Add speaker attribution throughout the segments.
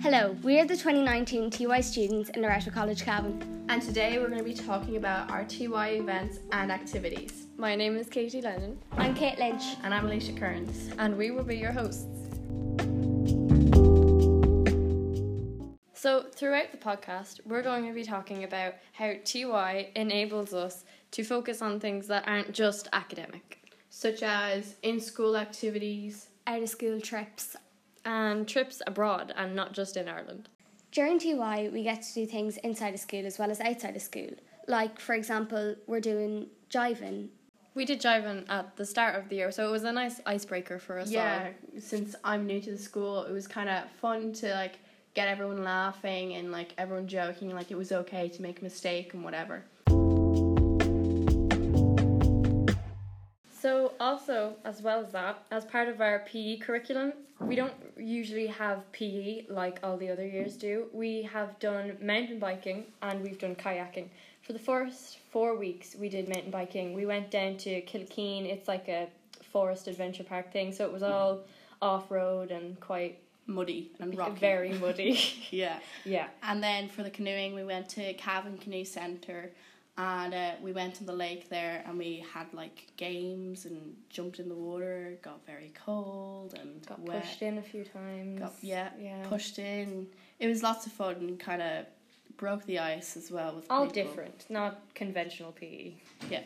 Speaker 1: Hello, we're the 2019 TY students in the Retro College cabin.
Speaker 2: And today we're going to be talking about our TY events and activities.
Speaker 3: My name is Katie Lennon,
Speaker 1: I'm Kate Lynch.
Speaker 2: And I'm Alicia Kearns.
Speaker 3: and we will be your hosts. So, throughout the podcast, we're going to be talking about how TY enables us to focus on things that aren't just academic
Speaker 2: Such as in school activities.
Speaker 1: Out of school trips.
Speaker 3: and Um, trips abroad and not just in Ireland.
Speaker 1: During TY, we get to do things inside of school as well as outside of school. Like, for example, we're doing jiving.
Speaker 3: We did Jiven at the start of the year, so it was a nice icebreaker for us
Speaker 2: Yeah, since I'm new to the school, it was kind of fun to like get everyone laughing and like everyone joking, like it was okay to make a mistake and whatever.
Speaker 3: So, also, as well as that, as part of our PE curriculum, we don't usually have PE like all the other years do. We have done mountain biking and we've done kayaking. For the first four weeks, we did mountain biking. We went down to Kilkeen, it's like a forest adventure park thing, so it was all off road and quite
Speaker 2: Muddy and rocky.
Speaker 3: very muddy.
Speaker 2: yeah.
Speaker 3: yeah.
Speaker 2: And then for the canoeing, we went to Cavan Canoe Centre and uh, we went on the lake there and we had like games and jumped in the water, got very cold and
Speaker 3: Got
Speaker 2: wet.
Speaker 3: pushed in a few times.
Speaker 2: Got, yeah,
Speaker 3: Yeah.
Speaker 2: pushed in. It was lots of fun and kind of broke the ice as well. With
Speaker 3: all
Speaker 2: people.
Speaker 3: different, not conventional E. PE.
Speaker 2: Yeah.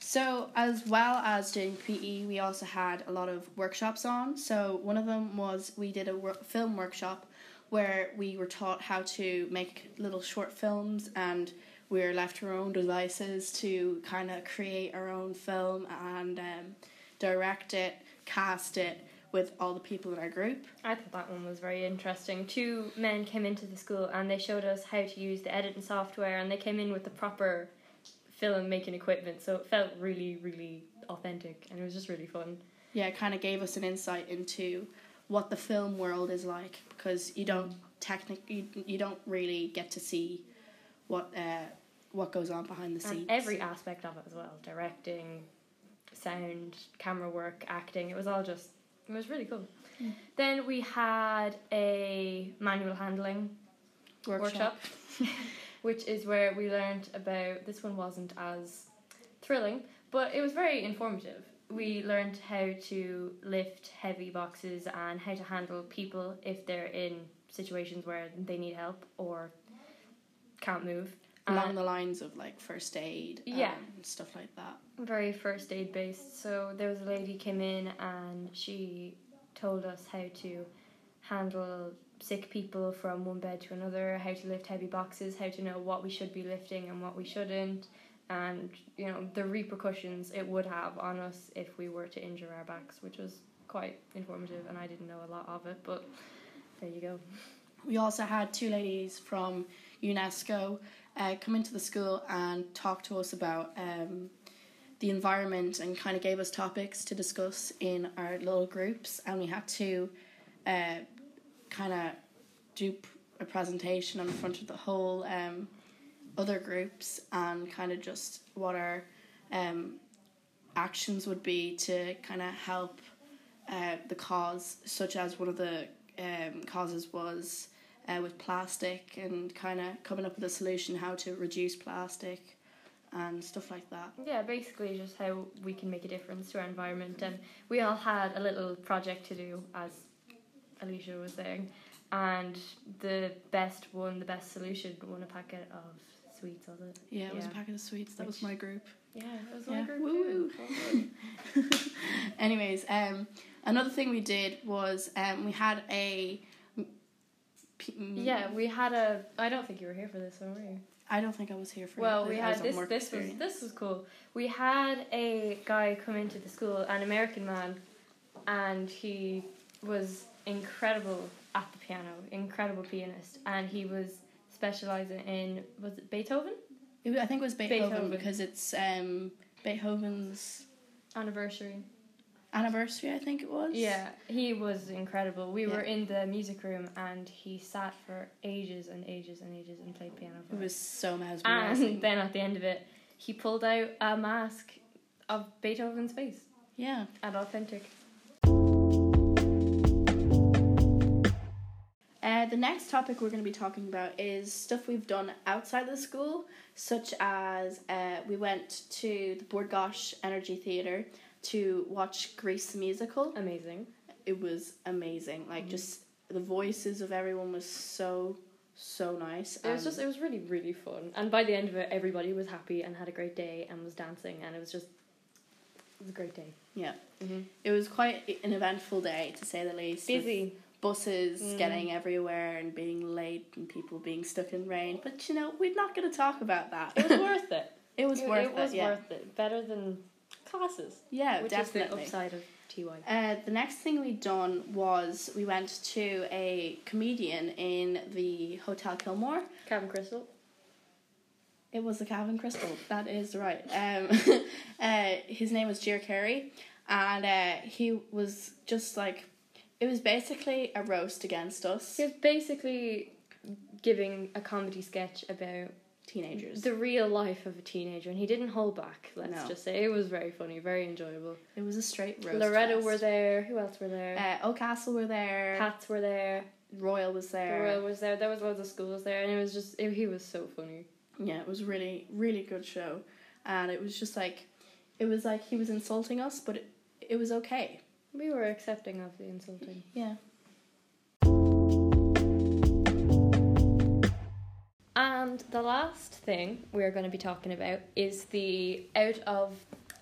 Speaker 2: So, as well as doing PE, we also had a lot of workshops on. So, one of them was we did a wor- film workshop where we were taught how to make little short films and we were left to our own devices to kind of create our own film and um, direct it, cast it with all the people in our group.
Speaker 3: I thought that one was very interesting. Two men came into the school and they showed us how to use the editing software and they came in with the proper filmmaking equipment, so it felt really, really authentic and it was just really fun.
Speaker 2: yeah, it kind of gave us an insight into what the film world is like because you don't technically you, you don't really get to see what uh, what goes on behind the scenes.
Speaker 3: And every aspect of it as well directing, sound, camera work, acting it was all just, it was really cool. Then we had a manual handling workshop, which is where we learned about this one wasn't as thrilling, but it was very informative. We learned how to lift heavy boxes and how to handle people if they're in situations where they need help or can't move.
Speaker 2: along
Speaker 3: And
Speaker 2: the lines of like first aid,
Speaker 3: uh, Yeah.
Speaker 2: and stuff like that.
Speaker 3: very first aid based. So there was a lady came in and she told us how to handle sick people from one bed to another, how to lift heavy boxes, how to know what we should be lifting and what we shouldn't, and you know the repercussions it would have on us if we were to injure our backs, which was quite informative and I didn't know a lot of it, but there you go.
Speaker 2: We also had two ladies from UNESCO uh, come into the school and talk to us about um, the environment and kind of gave us topics to discuss in our little groups, and we had to uh, kind of do p- a presentation in front of the whole um, other groups and kind of just what our um, actions would be to kind of help uh, the cause, such as one of the um, causes was uh, with plastic and kind of coming up with a solution how to reduce plastic and stuff like that.
Speaker 3: Yeah, basically just how we can make a difference to our environment, and we all had a little project to do, as Alicia was saying, and the best one, the best solution, won a packet of sweets, was it?
Speaker 2: Yeah, it was a
Speaker 3: Yeah.
Speaker 2: packet of sweets. That was
Speaker 3: Which-
Speaker 2: my group.
Speaker 3: Yeah, it was
Speaker 2: my Yeah.
Speaker 3: like
Speaker 2: group Woo. Anyways, um, another thing we did was um, we had a. P-
Speaker 3: Yeah, we had a. I don't think you were here for this one, were you?
Speaker 2: I don't think I was here for.
Speaker 3: Well,
Speaker 2: it.
Speaker 3: we
Speaker 2: I
Speaker 3: had
Speaker 2: on
Speaker 3: this.
Speaker 2: work
Speaker 3: This was
Speaker 2: experience.
Speaker 3: this was cool. We had a guy come into the school, an American man, and he was incredible at the piano, incredible pianist, and he was specializing in was it Beethoven
Speaker 2: It wa- I think it was Beethoven,
Speaker 3: Beethoven.
Speaker 2: because it's um, Beethoven's
Speaker 3: anniversary.
Speaker 2: anniversary. I think it was.
Speaker 3: Yeah, he was incredible. We were
Speaker 2: Yeah.
Speaker 3: in the music room, and he sat for ages and ages and ages and played piano. For
Speaker 2: It
Speaker 3: us.
Speaker 2: was so mesmerizing.
Speaker 3: and then at the end of it, he pulled out a mask of Beethoven's face.
Speaker 2: yeah.
Speaker 3: and authentic.
Speaker 2: Uh, the next topic we're going to be talking about is stuff we've done outside the school, such as uh, we went to the Board Gosh Energy Theatre to watch Grease the musical.
Speaker 3: Amazing.
Speaker 2: It was amazing.
Speaker 3: Mm-hmm.
Speaker 2: Like, just the voices of everyone was so, so nice.
Speaker 3: It was
Speaker 2: and-
Speaker 3: just it was really really fun, and by the end of it, everybody was happy and had a great day and was dancing, and it was just it was a great day.
Speaker 2: Yeah.
Speaker 3: Mm-hmm.
Speaker 2: It was quite an eventful day, to say the least. with
Speaker 3: Busy.
Speaker 2: buses
Speaker 3: Mm.
Speaker 2: getting everywhere and being late and people being stuck in rain. But you know, we're not going to talk about that.
Speaker 3: It was worth it.
Speaker 2: it was worth it.
Speaker 3: was
Speaker 2: yeah,
Speaker 3: worth it. Better than classes,
Speaker 2: yeah,
Speaker 3: which
Speaker 2: definitely.
Speaker 3: is the upside of TY.
Speaker 2: Uh, the next thing we'd done was we went to a comedian in the Hotel Kilmore.
Speaker 3: Calvin Crystal.
Speaker 2: It was the Calvin Crystal. That is right. Um, uh, his name was Jer Carey, and uh, he was just like, it was basically a roast against us
Speaker 3: He was basically giving a comedy sketch about
Speaker 2: teenagers.
Speaker 3: the real life of a teenager, and he didn't hold back. Let's
Speaker 2: No.
Speaker 3: just say it was very funny, very enjoyable.
Speaker 2: It was a straight roast.
Speaker 3: Loretta
Speaker 2: fest.
Speaker 3: were there. Who else were there?
Speaker 2: Uh, Oldcastle were there.
Speaker 3: Pats were there.
Speaker 2: Royal was there.
Speaker 3: Royal was there. There was loads of schools there, and it was just it, he was so funny.
Speaker 2: Yeah, it was really, really good show, and it was just like, it was like he was insulting us, but it, it was okay.
Speaker 3: We were accepting of the insulting.
Speaker 2: Yeah.
Speaker 3: And the last thing we're going to be talking about is the out of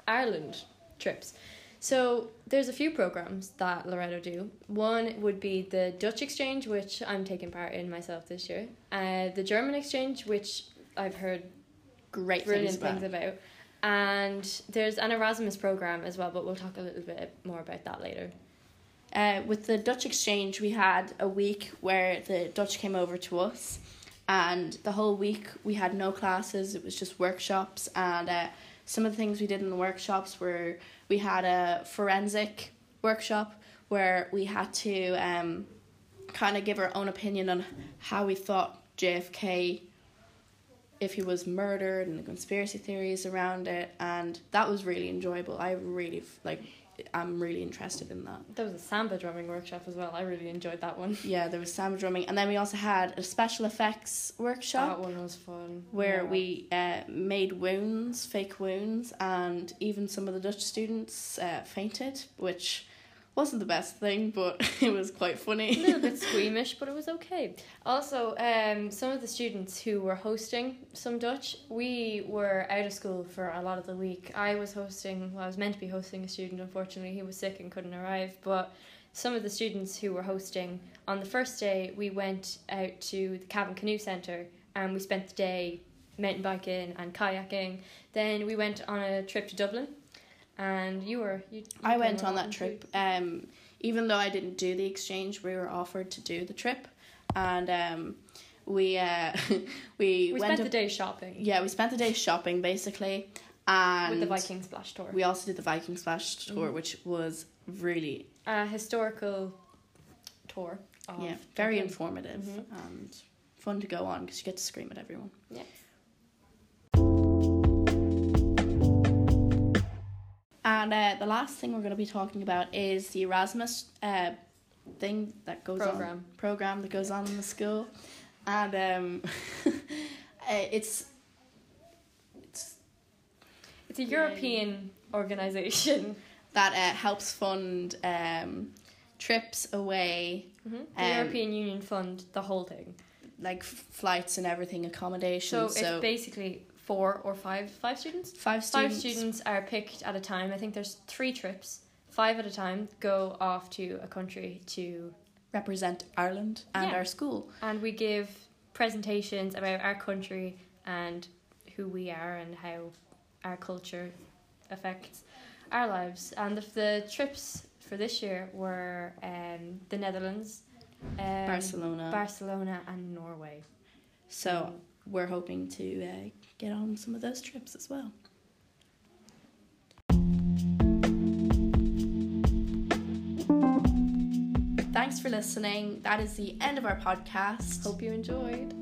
Speaker 3: Ireland trips. So there's a few programs that Loretto do. One would be the Dutch exchange, which I'm taking part in myself this year. Uh, the German exchange, which I've heard
Speaker 2: Great
Speaker 3: brilliant things about. And there's an Erasmus program as well, but we'll talk a little bit more about that later.
Speaker 2: Uh, with the Dutch exchange, we had a week where the Dutch came over to us, and the whole week we had no classes. It was just workshops, and uh, some of the things we did in the workshops were we had a forensic workshop where we had to um, kind of give our own opinion on how we thought JFK, if he was murdered, and the conspiracy theories around it, and that was really enjoyable. I really f- like. I'm really interested in that.
Speaker 3: There was a samba drumming workshop as well. I really enjoyed that one.
Speaker 2: Yeah, there was samba drumming, and then we also had a special effects workshop
Speaker 3: That one was fun.
Speaker 2: where
Speaker 3: Yeah.
Speaker 2: we uh, made wounds, fake wounds, and even some of the Dutch students uh, fainted, which wasn't the best thing, but it was quite
Speaker 3: a
Speaker 2: funny.
Speaker 3: little bit squeamish, but it was okay. Also, um, some of the students who were hosting some Dutch, we were out of school for a lot of the week. I was hosting, well, I was meant to be hosting a student, unfortunately, he was sick and couldn't arrive. But some of the students who were hosting, on the first day, we went out to the Cavan Canoe Centre and we spent the day mountain biking and kayaking. Then we went on a trip to Dublin. And you were you, you
Speaker 2: I
Speaker 3: came
Speaker 2: went on
Speaker 3: along,
Speaker 2: that
Speaker 3: didn't
Speaker 2: trip,
Speaker 3: you?
Speaker 2: um, even though I didn't do the exchange, we were offered to do the trip, and um, we uh, we,
Speaker 3: We
Speaker 2: went.
Speaker 3: spent the
Speaker 2: up-
Speaker 3: day shopping
Speaker 2: yeah, we spent the day shopping basically, and
Speaker 3: with the Viking Splash Tour.
Speaker 2: We also did the Viking Splash tour,
Speaker 3: Mhm.
Speaker 2: which was really
Speaker 3: a historical tour. Of
Speaker 2: yeah very
Speaker 3: Dublin.
Speaker 2: informative
Speaker 3: Mhm.
Speaker 2: and fun to go on because you get to scream at everyone.
Speaker 3: Yes.
Speaker 2: And uh, the last thing we're going to be talking about is the Erasmus uh, thing that goes on
Speaker 3: Program.
Speaker 2: program that goes on in the school, and um, uh, it's it's
Speaker 3: It's a European organization
Speaker 2: that uh, helps fund um, trips away
Speaker 3: Mm-hmm. The
Speaker 2: Um,
Speaker 3: European Union fund the whole thing.
Speaker 2: like f- flights and everything,
Speaker 3: So,
Speaker 2: accommodation. So,
Speaker 3: it's basically four or five five students.
Speaker 2: five
Speaker 3: Five
Speaker 2: students.
Speaker 3: students are picked at a time. I think there's three trips. Five at a time go off to a country to,
Speaker 2: represent Ireland and
Speaker 3: Yeah.
Speaker 2: our school.
Speaker 3: and we give presentations about our country and who we are and how our culture affects our lives. And the, the trips for this year were um, the Netherlands, um,
Speaker 2: Barcelona.
Speaker 3: Barcelona, and Norway.
Speaker 2: so we're hoping to uh, get on some of those trips as well. Thanks for listening. That is the end of our podcast.
Speaker 3: hope you enjoyed.